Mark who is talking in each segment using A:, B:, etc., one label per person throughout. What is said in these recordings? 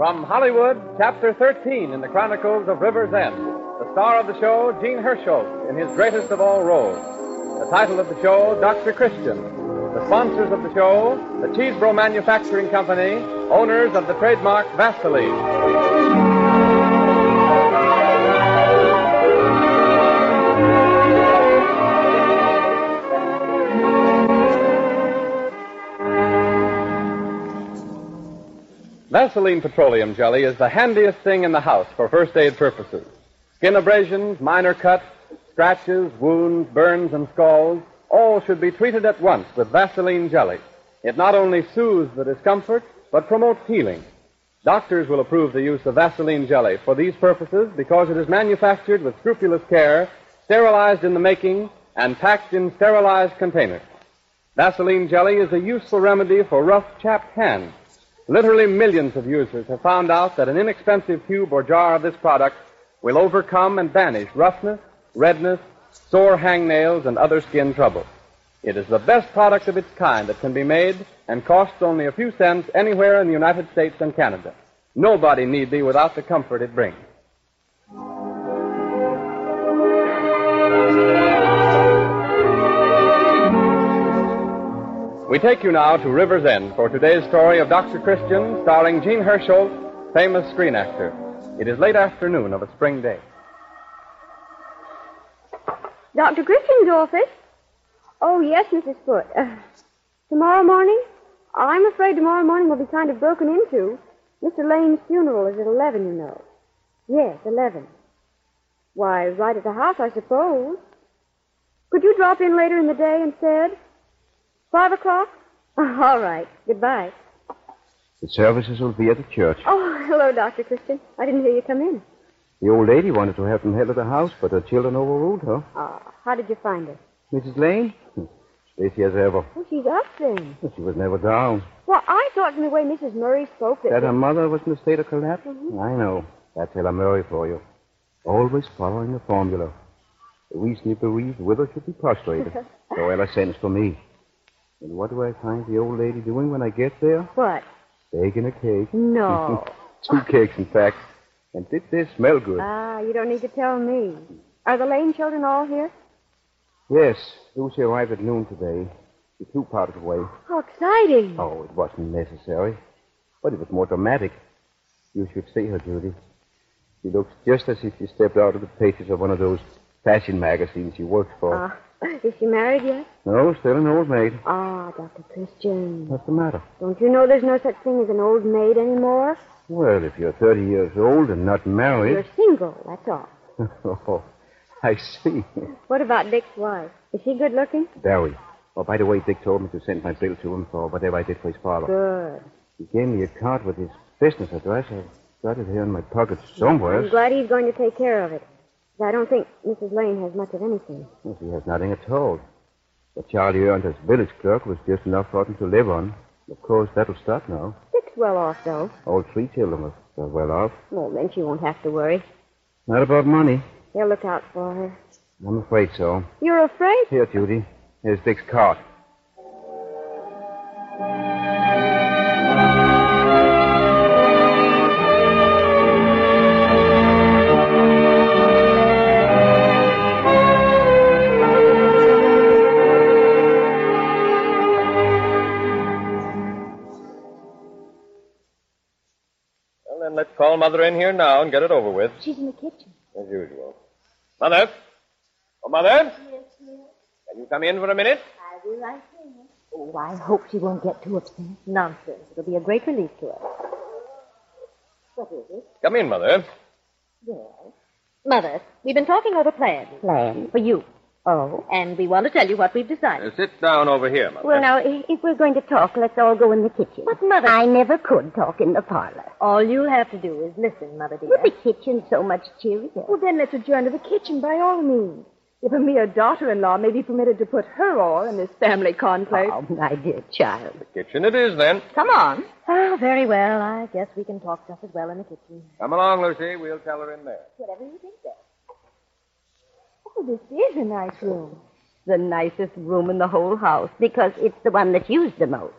A: Hollywood, Chapter 13 in the Chronicles of River's End. The star of the show, Gene Herschel, in his greatest of all roles. The title of the show, Dr. Christian. The sponsors of the show, the Cheesebro Manufacturing Company, owners of the trademark Vaseline. Vaseline petroleum jelly is the handiest thing in the house for first aid purposes. Skin abrasions, minor cuts, scratches, wounds, burns, and scalds all should be treated at once with Vaseline jelly. It not only soothes the discomfort, but promotes healing. Doctors will approve the use of Vaseline jelly for these purposes because it is manufactured with scrupulous care, sterilized in the making, and packed in sterilized containers. Vaseline jelly is a useful remedy for rough, chapped hands. Literally millions of users have found out that an inexpensive tube or jar of this product will overcome and banish roughness, redness, sore hangnails, and other skin trouble. It is the best product of its kind that can be made and costs only a few cents anywhere in the United States and Canada. Nobody need be without the comfort it brings. We take you now to River's End for today's story of Dr. Christian, starring Gene Herschel, famous screen actor. It is late afternoon of a spring day.
B: Dr. Christian's office? Oh, yes, Mrs. Foote. Uh, tomorrow morning? I'm afraid tomorrow morning will be kind of broken into. Mr. Lane's funeral is at 11, you know. Yes, 11. Why, right at the house, I suppose. Could you drop in later in the day instead? Five o'clock? All right. Goodbye.
C: The services will be at the church.
B: Oh, hello, Dr. Christian. I didn't hear you come in.
C: The old lady wanted to have them head of the house, but her children overruled her.
B: Ah, how did you find her?
C: Mrs. Lane? Hmm. Stacy as ever.
B: Oh, she's up then.
C: But She was never down.
B: Well, I thought from the way Mrs. Murray spoke that...
C: That uh, her mother was in a state of collapse? I know. That's Ella Murray for you. Always following the formula. The recently bereaved widow should be prostrated. so Ella sends for me. And what do I find the old lady doing when I get there?
B: What?
C: Baking a cake.
B: No.
C: Two cakes, in fact. And did they smell good?
B: ah, you don't need to tell me. Are the Lane children all here?
C: Yes. Lucy arrived at noon today. She flew part of the way.
B: How exciting.
C: Oh, it wasn't necessary. But it was more dramatic. You should see her, Judy. She looks just as if she stepped out of the pages of one of those fashion magazines she works for.
B: Ah, is she married yet?
C: No, still an old maid.
B: Ah, Dr. Christian.
C: What's the matter?
B: Don't you know there's no such thing as an old maid anymore?
C: Well, if you're 30 years old and not
B: You're
C: married.
B: single, that's all.
C: oh, I see.
B: What about Dick's wife? Is she good looking?
C: Barry. Oh, by the way, Dick told me to send my bill to him for whatever I did for his father.
B: Good.
C: He gave me a card with his business address. I've got it here in my pocket somewhere.
B: I'm glad he's going to take care of it. 'Cause I don't think Mrs. Lane has much of anything.
C: Well, she has nothing at all. What Charlie earned as village clerk was just enough for him to live on. Of course, that'll stop now.
B: Dick's well off, though.
C: All three children are are well off.
B: Well, then she won't have to worry.
C: Not about money.
B: He'll look out for her.
C: I'm afraid so.
B: You're afraid?
C: Here, Judy. Here's Dick's card.
A: Well, then let's call Mother in here now and get it over with,
B: She's in the kitchen.
A: as usual. Mother? Oh, Mother? Yes, yes. Can you come in for a minute?
D: Oh, I hope she won't get too upset. Nonsense. It'll be a great relief to her. What is it?
A: Come in, Mother.
D: Mother, we've been talking over plans.
B: Plan.
D: For you. Oh? And we want to tell you what we've decided.
A: Uh, sit down over here, Mother.
B: Well, now, i- if we're going to talk, let's all go in the kitchen.
D: But, Mother-
B: I never could talk in the parlor.
D: All you'll have to do is listen, Mother dear.
B: But the kitchen's so much cheerier.
E: Well, then let's adjourn to the kitchen by all means. If a mere daughter-in-law may be permitted to put her all in this family conclave.
B: Oh, my dear child.
A: Kitchen it is, then.
D: Come on. Ah, very well. I guess we can talk just as well in the kitchen.
A: Come along, Lucy. We'll tell her in there.
D: Whatever you think, Beth.
E: Oh, this is a nice room.
B: The nicest room in the whole house because it's the one that's used the most.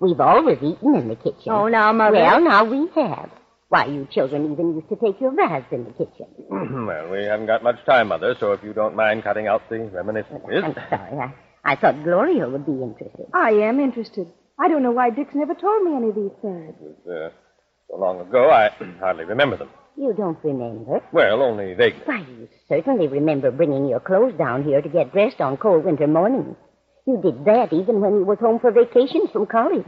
B: We've always eaten in the kitchen.
D: Oh, now, Mother.
B: Well, now we have.
F: Why, you children even used to take your baths in the kitchen.
A: well, we haven't got much time, Mother, so if you don't mind cutting out the reminiscences.
F: I'm sorry. I, I thought Gloria would be interested.
E: I am interested. I don't know why Dick's never told me any of these things.
A: It was uh, so long ago, I hardly remember them.
F: You don't remember.
A: Well, only vaguely.
F: Why, you certainly remember bringing your clothes down here to get dressed on cold winter mornings. You did that even when you was home for vacations from college.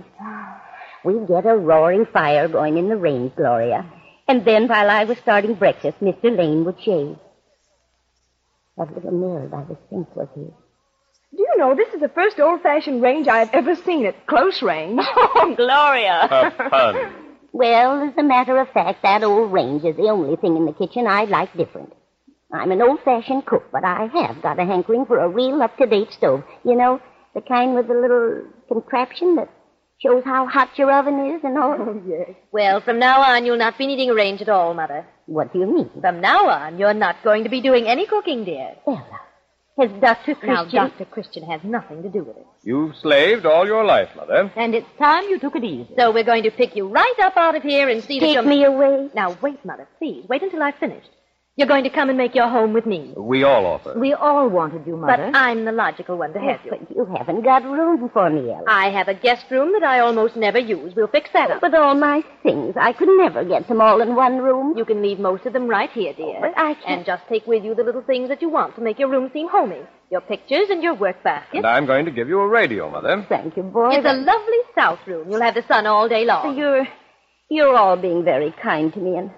F: We'd get a roaring fire going in the range, Gloria. And then while I was starting breakfast, Mr. Lane would shave. That little mirror by the sink was his.
E: Do you know, this is the first old fashioned range I've ever seen at close range.
F: Oh, Gloria!
A: Have fun.
F: Well, as a matter of fact, that old range is the only thing in the kitchen I like different. I'm an old fashioned cook, but I have got a hankering for a real up to date stove. You know, the kind with the little contraption that shows how hot your oven is and all.
E: Oh, yes.
D: Well, from now on, you'll not be needing a range at all, Mother.
F: What do you mean?
D: From now on, you're not going to be doing any cooking, dear.
F: Ella, has Dr.
D: Now,
F: Christian.
D: Dr. Christian has nothing to do with it.
A: You've slaved all your life, Mother.
F: And it's time you took it easy.
D: So we're going to pick you right up out of here and see that
F: Take
D: you're...
F: me away.
D: Now, wait, Mother, please. Wait until I've finished. You're going to come and make your home with me.
A: We all offer.
F: We all wanted you,
D: But I'm the logical one to have you.
F: But you haven't got room for me, Ella.
D: I have a guest room that I almost never use. We'll fix that up.
F: With all my things, I could never get them all in one room.
D: You can leave most of them right here, dear.
F: but I can't-
D: And just take with you the little things that you want to make your room seem homey. Your pictures and your work basket.
A: And I'm going to give you a radio, Mother.
F: Thank you, boy.
D: It's a lovely south room. You'll have the sun all day long.
F: You're, you're all being very kind to me, and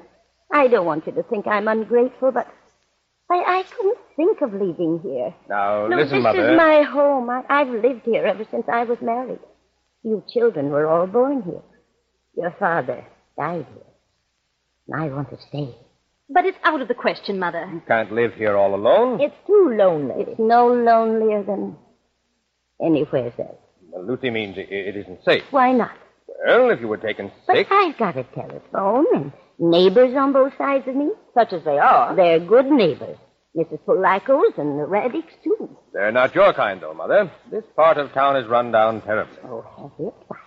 F: I don't want you to think I'm ungrateful, but I, I couldn't think of leaving here.
A: Now,
F: no,
A: listen,
F: this
A: Mother.
F: is my home. I, I've lived here ever since I was married. You children were all born here. Your father died here. And I want to stay.
D: But it's out of the question, Mother.
A: You can't live here all alone.
F: It's too lonely. It's no lonelier than anywhere else.
A: Well, Lucy means it, it isn't safe.
F: Why not?
A: Well, if you were taken
F: But
A: sick.
F: I've got a telephone and neighbors on both sides of me. Such as they are. They're good neighbors. Mrs. Polacos and the Radicks, too.
A: They're not your kind, though, Mother. This part of town is run down terribly.
F: Oh, have it? Why,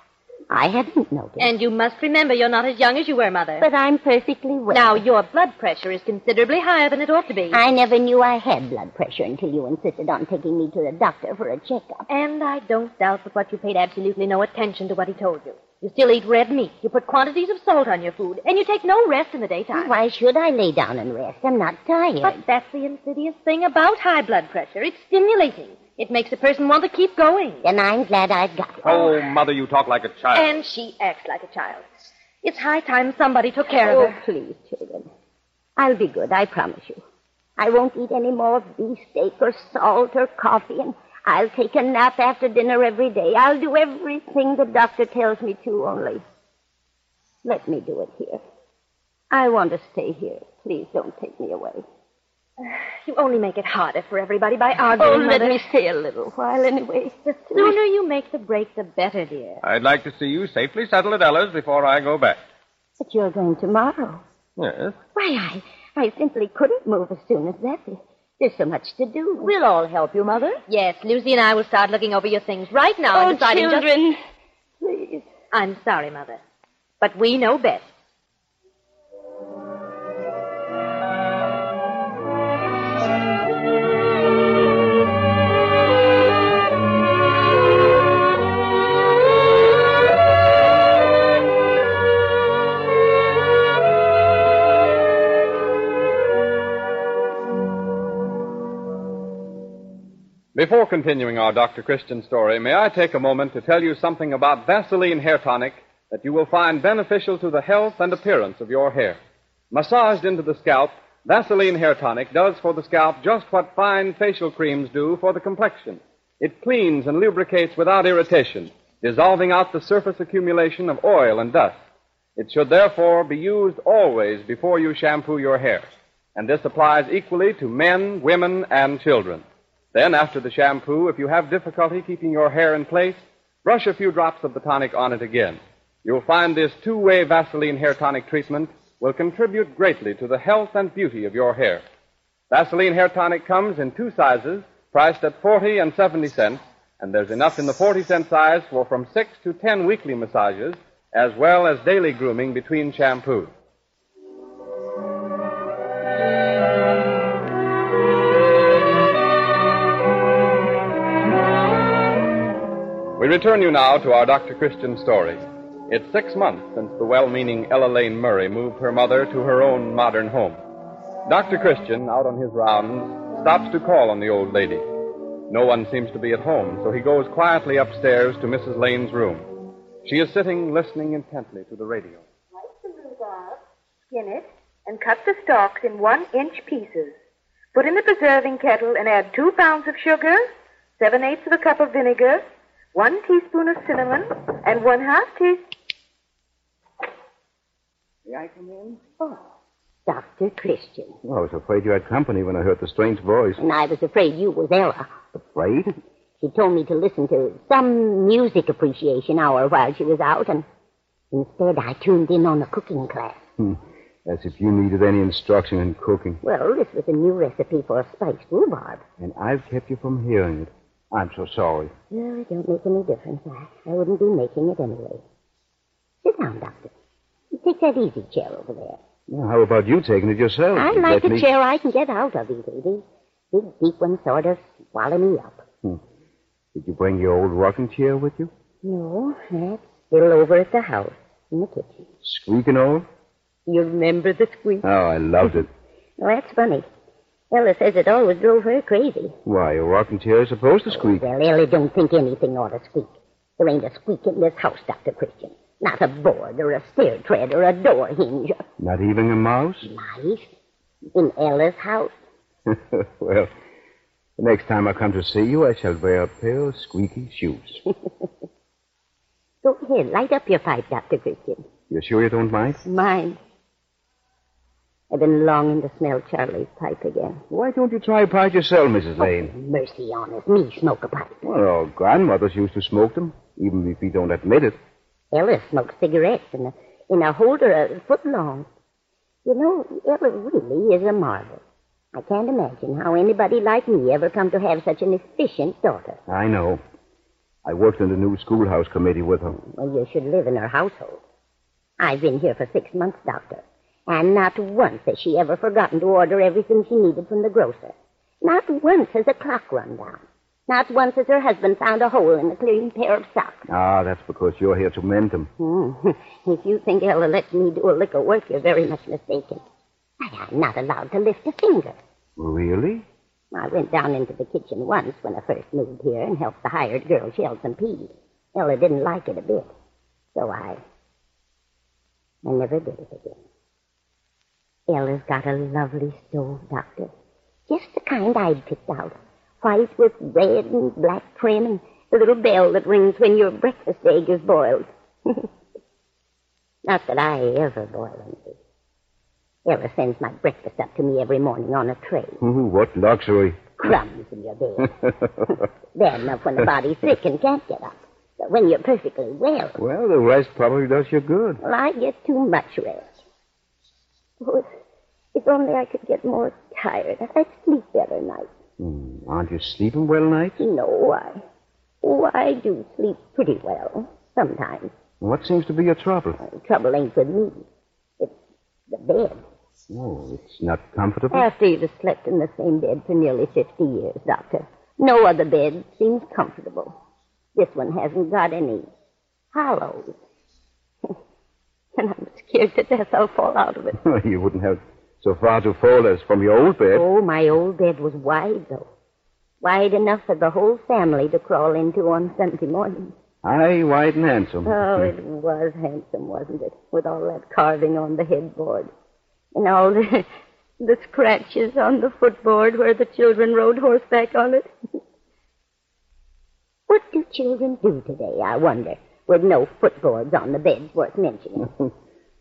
F: I haven't noticed.
D: And you must remember you're not as young as you were, Mother.
F: but I'm perfectly well.
D: now, your blood pressure is considerably higher than it ought to be.
F: I never knew I had blood pressure until you insisted on taking me to the doctor for a checkup.
D: And I don't doubt that what you paid absolutely no attention to what he told you. You still eat red meat, you put quantities of salt on your food, and you take no rest in the daytime.
F: Why should I lay down and rest? I'm not tired.
D: But that's the insidious thing about high blood pressure. It's stimulating. It makes a person want to keep going.
F: then I'm glad I've got it.
A: Oh, Mother, you talk like a child.
D: And she acts like a child. It's high time somebody took care
F: Oh,
D: of her.
F: please, children. I'll be good, I promise you. I won't eat any more beefsteak or salt or coffee, and I'll take a nap after dinner every day. I'll do everything the doctor tells me to, only let me do it here. I want to stay here. Please don't take me away.
D: You only make it harder for everybody by arguing.
F: Oh, let
D: Mother.
F: me stay a little while anyway.
D: The sooner you make the break, the better, dear.
A: I'd like to see you safely settled at Ella's before I go back.
F: But you're going tomorrow.
A: Yes.
F: Why, I, I simply couldn't move as soon as that. There's so much to do.
D: We'll all help you, Mother. Yes, Lucy and I will start looking over your things right now
F: oh,
D: and deciding just-
F: children, please.
D: I'm sorry, Mother. But we know best.
A: Before continuing our Dr. Christian story, may I take a moment to tell you something about Vaseline Hair Tonic that you will find beneficial to the health and appearance of your hair. Massaged into the scalp, Vaseline Hair Tonic does for the scalp just what fine facial creams do for the complexion. It cleans and lubricates without irritation, dissolving out the surface accumulation of oil and dust. It should therefore be used always before you shampoo your hair. And this applies equally to men, women, and children. Then, after the shampoo, if you have difficulty keeping your hair in place, brush a few drops of the tonic on it again. You'll find this two way Vaseline hair tonic treatment will contribute greatly to the health and beauty of your hair. Vaseline hair tonic comes in two sizes, priced at 40 and 70 cents, and there's enough in the 40 cent size for from 6 to 10 weekly massages, as well as daily grooming between shampoos. return you now to our Dr. Christian story. It's six months since the well meaning Ella Lane Murray moved her mother to her own modern home. Dr. Christian, out on his rounds, stops to call on the old lady. No one seems to be at home, so he goes quietly upstairs to Mrs. Lane's room. She is sitting listening intently to the radio.
G: Slice the rhubarb, skin it, and cut the stalks in one inch pieces. Put in the preserving kettle and add two pounds of sugar, seven eighths of a cup of vinegar, one teaspoon of cinnamon, and one half teaspoon.
E: May I come in?
F: Oh, Dr. Christian.
C: I was afraid you had company when I heard the strange voice.
F: And I was afraid you was Ella.
C: Afraid?
F: She told me to listen to some music appreciation hour while she was out, and instead I tuned in on a cooking class.
C: Hmm. As if you needed any instruction in cooking.
F: Well, this was a new recipe for a spiced rhubarb.
C: And I've kept you from hearing it. I'm so sorry.
F: Well, it don't make any difference. I, I wouldn't be making it anyway. Sit down, Doctor. Take that easy chair over there.
C: Well, how about you taking it yourself?
F: I like
C: Let
F: a
C: me-
F: chair I can get out of, either. These big, deep ones sort of swallow me up.
C: Did you bring your old rocking chair with you?
F: No, that's still over at the house, in the kitchen.
C: Squeaking old?
F: You remember the squeak?
C: Oh, I loved it.
F: Well, that's funny. Ella says it always drove her crazy.
C: Why, a rocking chair is supposed to squeak.
F: Well, Ellie don't think anything ought to squeak. There ain't a squeak in this house, Dr. Christian. Not a board or a stair tread or a door hinge.
C: Not even a mouse?
F: Nice. In Ella's house.
C: well, the next time I come to see you, I shall wear a pair of squeaky shoes.
F: Go ahead, light up your pipe, Dr. Christian.
C: You sure you don't mind?
F: Mine. I've been longing to smell Charlie's pipe again.
C: Why don't you try a pipe yourself, Mrs. Lane?
F: Mercy on us, me smoke a pipe.
C: Well, our grandmothers used to smoke them, even if we don't admit it.
F: Ella smokes cigarettes in a, in a holder a foot long. You know, Ella really is a marvel. I can't imagine how anybody like me ever come to have such an efficient daughter.
C: I know. I worked in the new schoolhouse committee with her.
F: Well, you should live in her household. I've been here for six months, Doctor, and not once has she ever forgotten to order everything she needed from the grocer. Not once has a clock run down. Not once has her husband found a hole in a clean pair of socks.
C: Ah, that's because you're here to mend them.
F: Hmm. If you think Ella lets me do a lick of work, you're very much mistaken. I am not allowed to lift a finger.
C: Really?
F: I went down into the kitchen once when I first moved here and helped the hired girl shell some peas. Ella didn't like it a bit. So I. I never did it again. Ella's got a lovely stove, Doctor. Just the kind I'd picked out. White with red and black trim and the little bell that rings when your breakfast egg is boiled. Not that I ever boil anything. Ella sends my breakfast up to me every morning on a tray
C: Ooh, Hmm, what luxury.
F: crumbs in your bed. Bad enough when the body's sick and can't get up. But when you're perfectly well,
C: well, the rest probably does you good.
F: well, I get too much rest. Oh, if, if only I could get more tired, I'd sleep better nights.
C: Hmm, aren't you sleeping well nights?
F: No, I, oh, I do sleep pretty well sometimes.
C: What seems to be your trouble?
F: The trouble ain't with me. It's the bed.
C: Oh, it's not comfortable.
F: After you've slept in the same bed for nearly 50 years, Doctor, no other bed seems comfortable. This one hasn't got any hollows. and I'm scared to death I'll fall out of it.
C: you wouldn't have so far to fall as from your old bed.
F: Oh, my old bed was wide, though. Wide enough for the whole family to crawl into on Sunday morning.
C: Aye, wide and handsome.
F: Oh, it was handsome, wasn't it? With all that carving on the headboard. And all the, the scratches on the footboard where the children rode horseback on it. what do children do today, I wonder, with no footboards on the beds worth mentioning?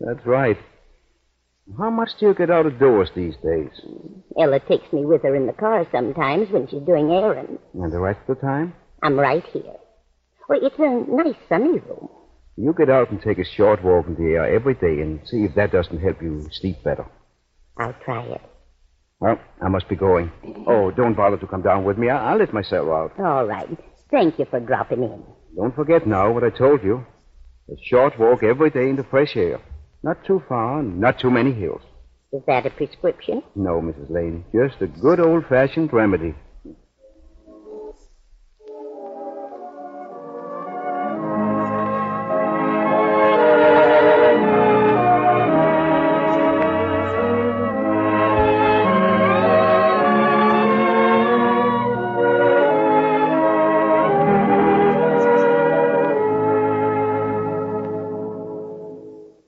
C: That's right. How much do you get out of doors these days?
F: Ella takes me with her in the car sometimes when she's doing errands.
C: And the rest of the time?
F: I'm right here. Well, it's a nice sunny room.
C: You get out and take a short walk in the air every day and see if that doesn't help you sleep better.
F: I'll try it.
C: Well, I must be going. Oh, don't bother to come down with me. I- I'll let myself out.
F: All right. Thank you for dropping in.
C: Don't forget now what I told you. A short walk every day in the fresh air. Not too far and not too many hills.
F: Is that a prescription?
C: No, Mrs. Lane, just a good old-fashioned remedy.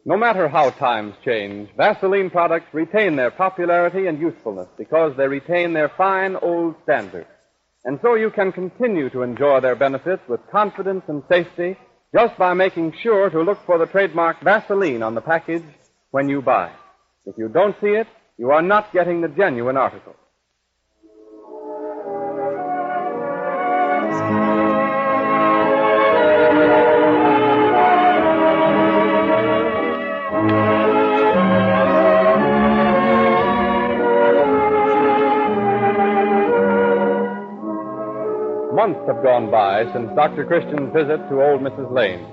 A: matter how times change, Vaseline products retain their popularity and usefulness because they retain their fine old standards. And so you can continue to enjoy their benefits with confidence and safety just by making sure to look for the trademark Vaseline on the package when you buy. If you don't see it, you are not getting the genuine article. Months have gone by since Dr. Christian's visit to old Mrs. Lane.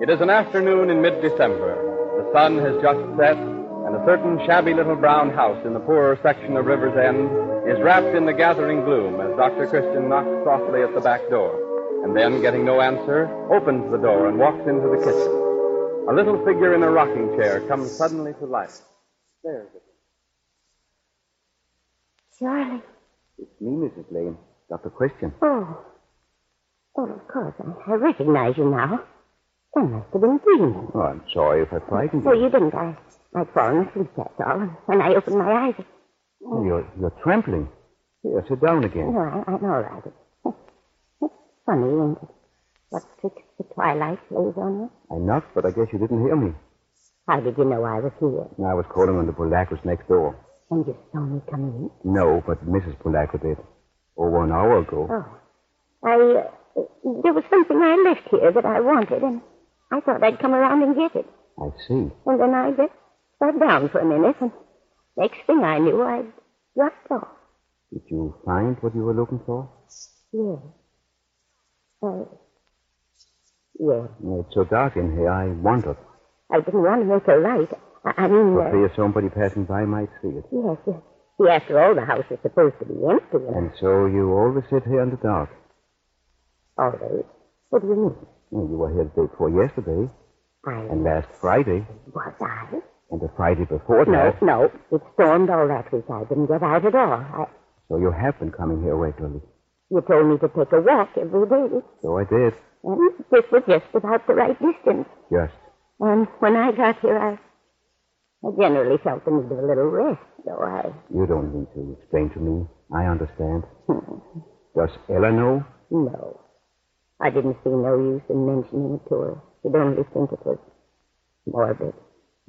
A: It is an afternoon in mid December. The sun has just set, and a certain shabby little brown house in the poorer section of River's End is wrapped in the gathering gloom as Dr. Christian knocks softly at the back door, and then, getting no answer, opens the door and walks into the kitchen. A little figure in a rocking chair comes suddenly to life. There's it.
F: Charlie.
C: It's me, Mrs. Lane. Dr. Christian.
F: Oh. Oh, of course. I, I recognize you now. I must have been dreaming.
C: Oh, I'm sorry if I frightened
F: No,
C: you.
F: Oh, you didn't. I, I'd fallen asleep, that's all. And when I opened my eyes, I-
C: Oh, You're, you're trembling. Here, sit down again.
F: no, I, I'm all right. It's, it's funny, isn't it? What tricks the twilight plays on you.
C: I knocked, but I guess you didn't hear me.
F: How did you know I was here?
C: I was calling on the Polacos next door.
F: And Oh, you saw me coming in?
C: No, but Mrs. Polaco did. Over an hour ago.
F: Oh. I, uh, there was something I left here that I wanted, and I thought I'd come around and get it.
C: I see.
F: And then I just sat down for a minute, and next thing I knew, I'd dropped off.
C: Did you find what you were looking for?
F: Yes.
D: Oh,
F: I, yes.
C: It's so dark in here, I wondered.
F: I didn't want to make a light. I, I mean,
C: For
F: uh,
C: fear somebody passing by might see it.
F: yes, yes. See, after all, the house is supposed to be empty, and
C: And so you always sit here in the dark.
F: always. What do you mean?
C: Well, You were here the day before yesterday,
F: I
C: and last Friday,
F: was I?
C: and the Friday before
F: No,
C: that.
F: no. It stormed all that week. I didn't get out at all. I,
C: So you have been coming here regularly.
F: you told me to take a walk every day,
C: So I did.
F: and this was just about the right distance.
C: Just.
F: And when I got here, I, I generally felt the need of a little rest, though I
C: You don't need to explain to me. I understand. Does Ella know?
F: No. I didn't see no use in mentioning it to her. She'd only think it was morbid.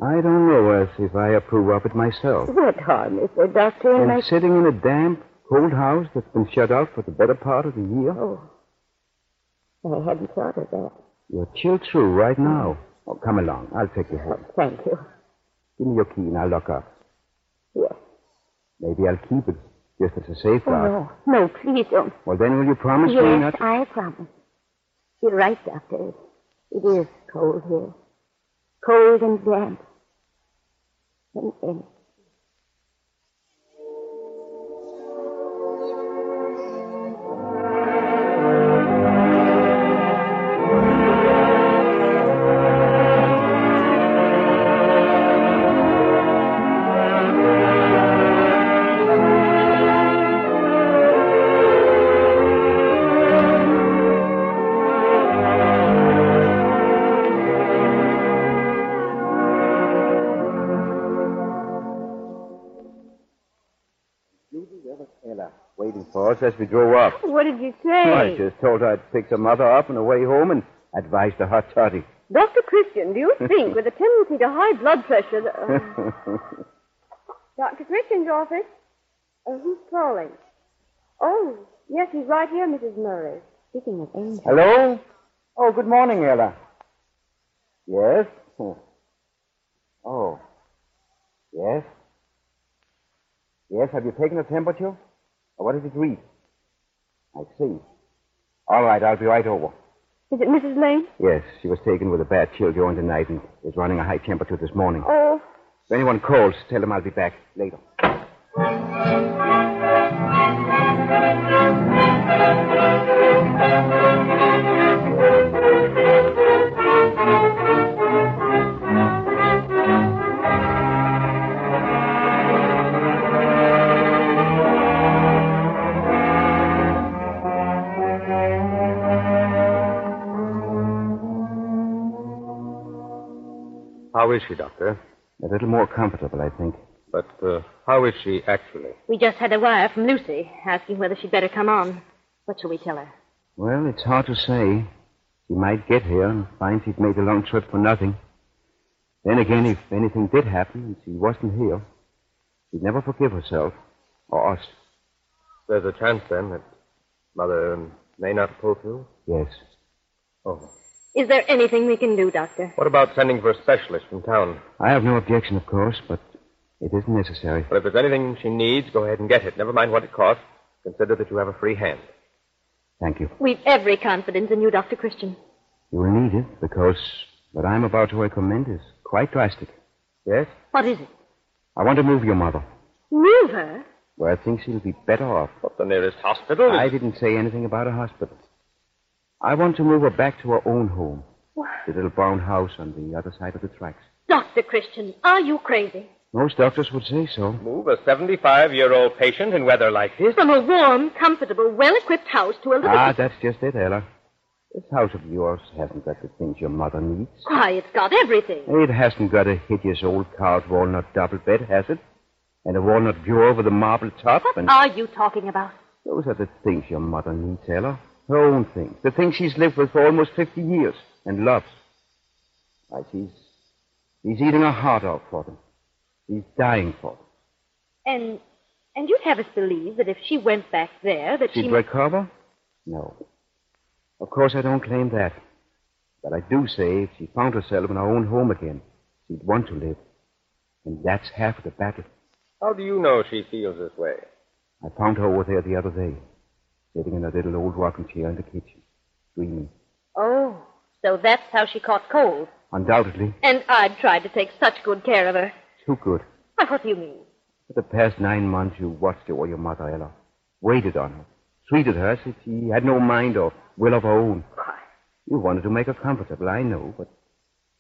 C: I don't know as if I approve of it myself.
F: What harm is there, Doctor? And I...
C: And sitting in a damp, cold house that's been shut out for the better part of the year.
F: Oh. I hadn't thought of that.
C: You're chilled through right now. Oh, come along. I'll take you home.
F: Thank you.
C: Give me your key and I'll lock up.
F: Yes.
C: Maybe I'll keep it just as a safeguard.
F: Oh, no. No, please don't.
C: Well, then will you promise me
F: Yes,
C: not?
F: I promise. You're right, Doctor. It is cold here. Cold and damp. And empty.
C: Ella, waiting for us as we drove up.
B: What did you say?
C: I just told her I'd pick her mother up on the way home and advised her hot toddy.
B: Dr. Christian, do you think with a tendency to high blood pressure that... uh, Dr. Christian's office? Uh, who's calling? Oh, yes, he's right here, Mrs. Murray. Speaking of angels.
C: Hello? Oh, good morning, Ella. Yes? Oh. Yes? Yes, have you taken a temperature? Or what does it read? I see. All right, I'll be right over.
B: Is it Mrs. Lane?
C: Yes, she was taken with a bad chill during the night and is running a high temperature this morning.
B: Oh,
C: If anyone calls, tell them I'll be back later.
A: How
H: is she, Doctor?
C: A little more comfortable, I think.
H: But uh, how is she actually?
D: We just had a wire from Lucy asking whether she'd better come on. What shall we tell her?
C: Well, it's hard to say. She might get here and find she'd made a long trip for nothing. Then again, if anything did happen and she wasn't here, she'd never forgive herself or us.
H: There's a chance, then, that Mother um, may not pull through?
C: Yes.
H: Oh.
D: Is there anything we can do, Doctor?
H: What about sending for a specialist from town?
C: I have no objection, of course, but it isn't necessary.
H: But if there's anything she needs, go ahead and get it. Never mind what it costs. Consider that you have a free hand.
C: Thank you.
D: We've every confidence in you, Dr. Christian.
C: You will need it because what I'm about to recommend is quite drastic.
H: Yes?
D: What is it?
C: I want to move your mother
D: Move her?
C: where I think she'll be better off.
H: But the nearest hospital is...
C: I didn't say anything about a hospital. I want to move her back to her own home. The little brown house on the other side of the tracks.
D: Dr. Christian, are you crazy?
C: Most doctors would say so.
H: Move a 75 year old patient in weather like this?
D: From a warm, comfortable, well equipped house to a little
C: Ah, that's just it, Ella. This house of yours hasn't got the things your mother needs.
D: Why, it's got everything.
C: It hasn't got a hideous old carved walnut double bed, has it? And a walnut bureau with a marble top
D: What
C: and...
D: are you talking about?
C: Those are the things your mother needs, Ella. Her own things. The things she's lived with for almost 50 years and loves. Why, she's, she's eating her heart out for them. She's dying for them.
D: And and you'd have us believe that if she went back there, that
C: She'd
D: she
C: recover? No. Of course, I don't claim that. But I do say if she found herself in her own home again, she'd want to live. And that's half the battle.
H: How do you know she feels this way?
C: I found her over there the other day, sitting in a little old rocking chair in the kitchen, dreaming.
D: Oh, so that's how she caught cold.
C: Undoubtedly,
D: And I'd tried to take such good care of her.
C: too good.
D: Why, What do you mean?
C: For the past nine months, you watched over your mother, Ella, waited on her, treated her as if she had no mind or will of her own. You wanted to make her comfortable, I know, but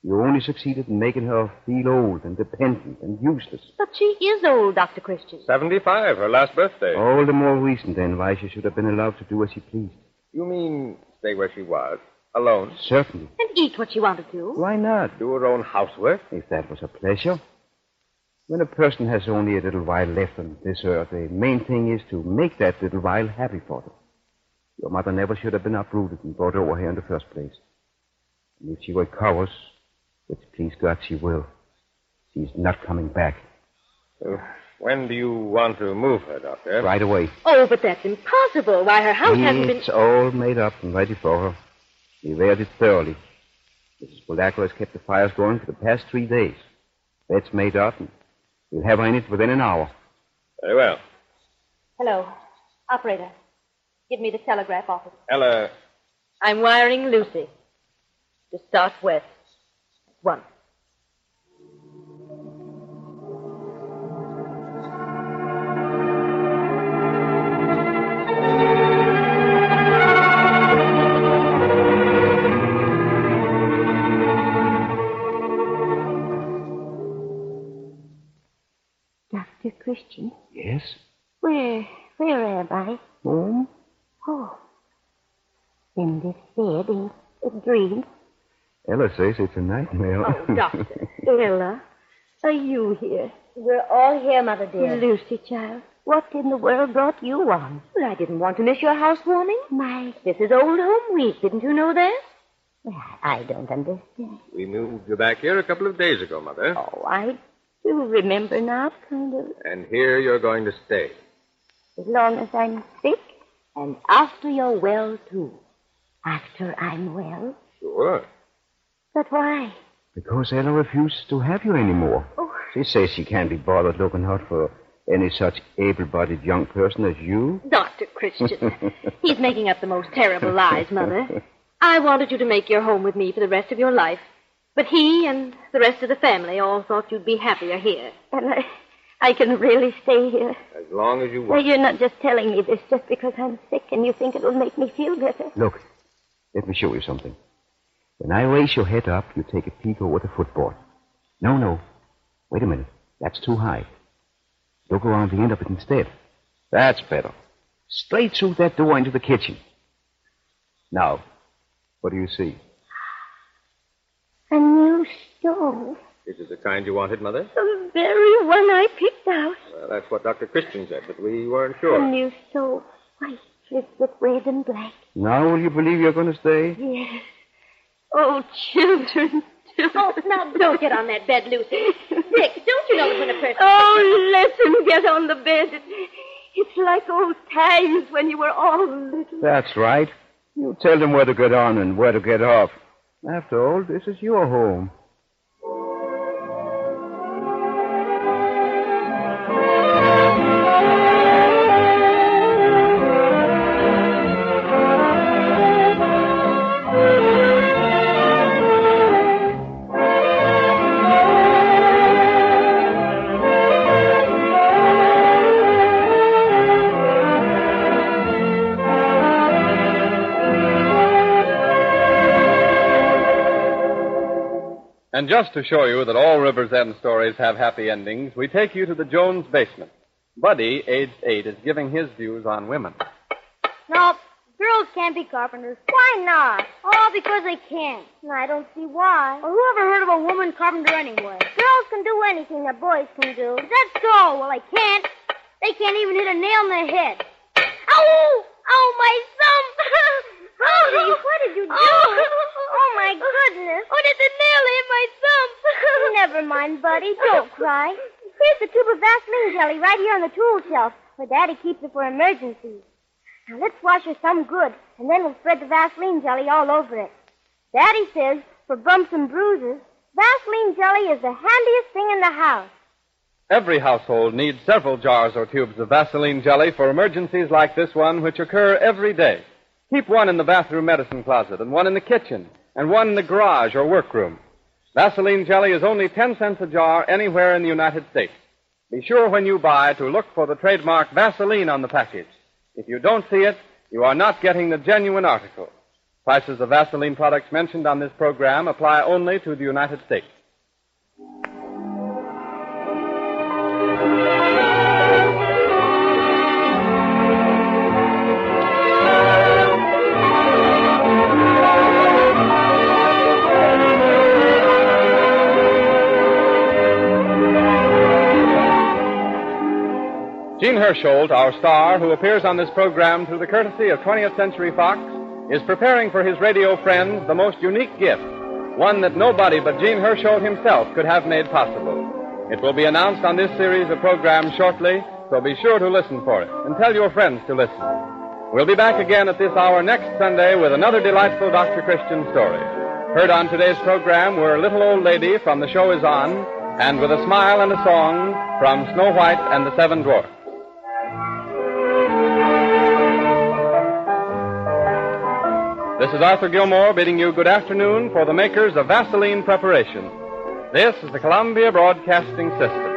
C: you only succeeded in making her feel old and dependent and useless.
D: But she is old, Dr. Christian.
H: 75, her last birthday.
C: All the more reason, then, why she should have been allowed to do as she pleased.
H: You mean stay where she was? Alone?
C: Certainly.
D: And eat what she wanted to.
C: Why not?
H: Do her own housework?
C: If that was a pleasure. When a person has only a little while left on this earth, the main thing is to make that little while happy for them. Your mother never should have been uprooted and brought over here in the first place. And if she recovers, which please God she will, she's not coming back.
H: Uh, When do you want to move her, Doctor?
C: Right away.
D: Oh, but that's impossible. Why, her house hasn't been.
C: It's all made up and ready for her. We aired it thoroughly. Mrs. Polacco has kept the fires going for the past three days. Bed's made up, and we'll have her in it within an hour.
H: Very well.
D: Hello. Operator, give me the telegraph office.
H: Ella,
D: I'm wiring Lucy to start west. At once.
F: Dr. Christian,
C: Yes?
F: where, where am I?
C: Home?
F: Oh. In this bed, in a dream.
C: Ella says it's a nightmare.
D: Oh, Doctor.
F: Ella, are you here?
D: We're all here, Mother
F: Lucy, child, what in the world brought you on?
D: Well, I didn't want to miss your housewarming.
F: My,
D: This is old home week. Didn't you know that?
F: I don't understand.
H: we moved you back here a couple of days ago, Mother.
F: Oh, I do remember now, kind of,
H: And here you're going to stay.
F: as long as I'm sick, and after you're well, too. After I'm well?
H: Sure.
F: But why?
C: Because Ella refuses to have you anymore.
D: Oh,
C: She says she can't be bothered looking out for any such able bodied young person as you.
D: Dr. Christian. He's making up the most terrible lies, Mother. I wanted you to make your home with me for the rest of your life. But he and the rest of the family all thought you'd be happier here.
F: And I, I can really stay here.
H: As long as you
F: Now,
H: want.
F: you're not just telling me this just because I'm sick and you think it'll make me feel better.
C: Look, let me show you something. When I raise your head up, you take a peek over the footboard. No, no. Wait a minute. That's too high. Look around the end of it instead. That's better. Straight through that door into the kitchen. Now, what do you see?
F: A new stove.
I: This is the kind you wanted, Mother?
J: The very one I picked out. Mm.
I: Well, that's what Dr. Christian said, but we weren't sure.
J: And you so white with the red and black.
C: Now will you believe you're going to stay?
J: Yes. Oh, children.
D: Oh, now don't get on that bed, Lucy. Dick, don't you know that when a person.
J: Oh, listen, get on the bed. It- It's like old times when you were all little.
C: That's right. You tell them where to get on and where to get off. After all, this is your home.
A: And just to show you that all River's End stories have happy endings, we take you to the Jones basement. Buddy, aged eight, is giving his views on women.
F: No, girls can't be carpenters. Why not? All because they can't. And I don't see why. Well, who ever heard of a woman carpenter anyway? Girls can do anything that boys can do. That's all. Well, they can't. They can't even hit a nail in the head. Ow! Ow, my thumb!
D: Buddy, what did you do?
F: Oh, oh, my goodness. Oh, did the nail hit my thumb? Never mind, buddy. Don't cry. Here's the tube of Vaseline jelly right here on the tool shelf, where Daddy keeps it for emergencies. Now let's wash her thumb good, and then we'll spread the Vaseline jelly all over it. Daddy says, for bumps and bruises, Vaseline jelly is the handiest thing in the house.
A: Every household needs several jars or tubes of Vaseline jelly for emergencies like this one, which occur every day. Keep one in the bathroom medicine closet, and one in the kitchen, and one in the garage or workroom. Vaseline jelly is only 10 cents a jar anywhere in the United States. Be sure when you buy to look for the trademark Vaseline on the package. If you don't see it, you are not getting the genuine article. Prices of Vaseline products mentioned on this program apply only to the United States. Gene Hersholt, our star, who appears on this program through the courtesy of 20th Century Fox, is preparing for his radio friends the most unique gift, one that nobody but Gene Hersholt himself could have made possible. It will be announced on this series of programs shortly, so be sure to listen for it and tell your friends to listen. We'll be back again at this hour next Sunday with another delightful Dr. Christian story. Heard on today's program were Little Old Lady from The Show Is On and With a Smile and a Song from Snow White and the Seven Dwarfs. This is Arthur Gilmore bidding you good afternoon for the makers of Vaseline Preparation. This is the Columbia Broadcasting System.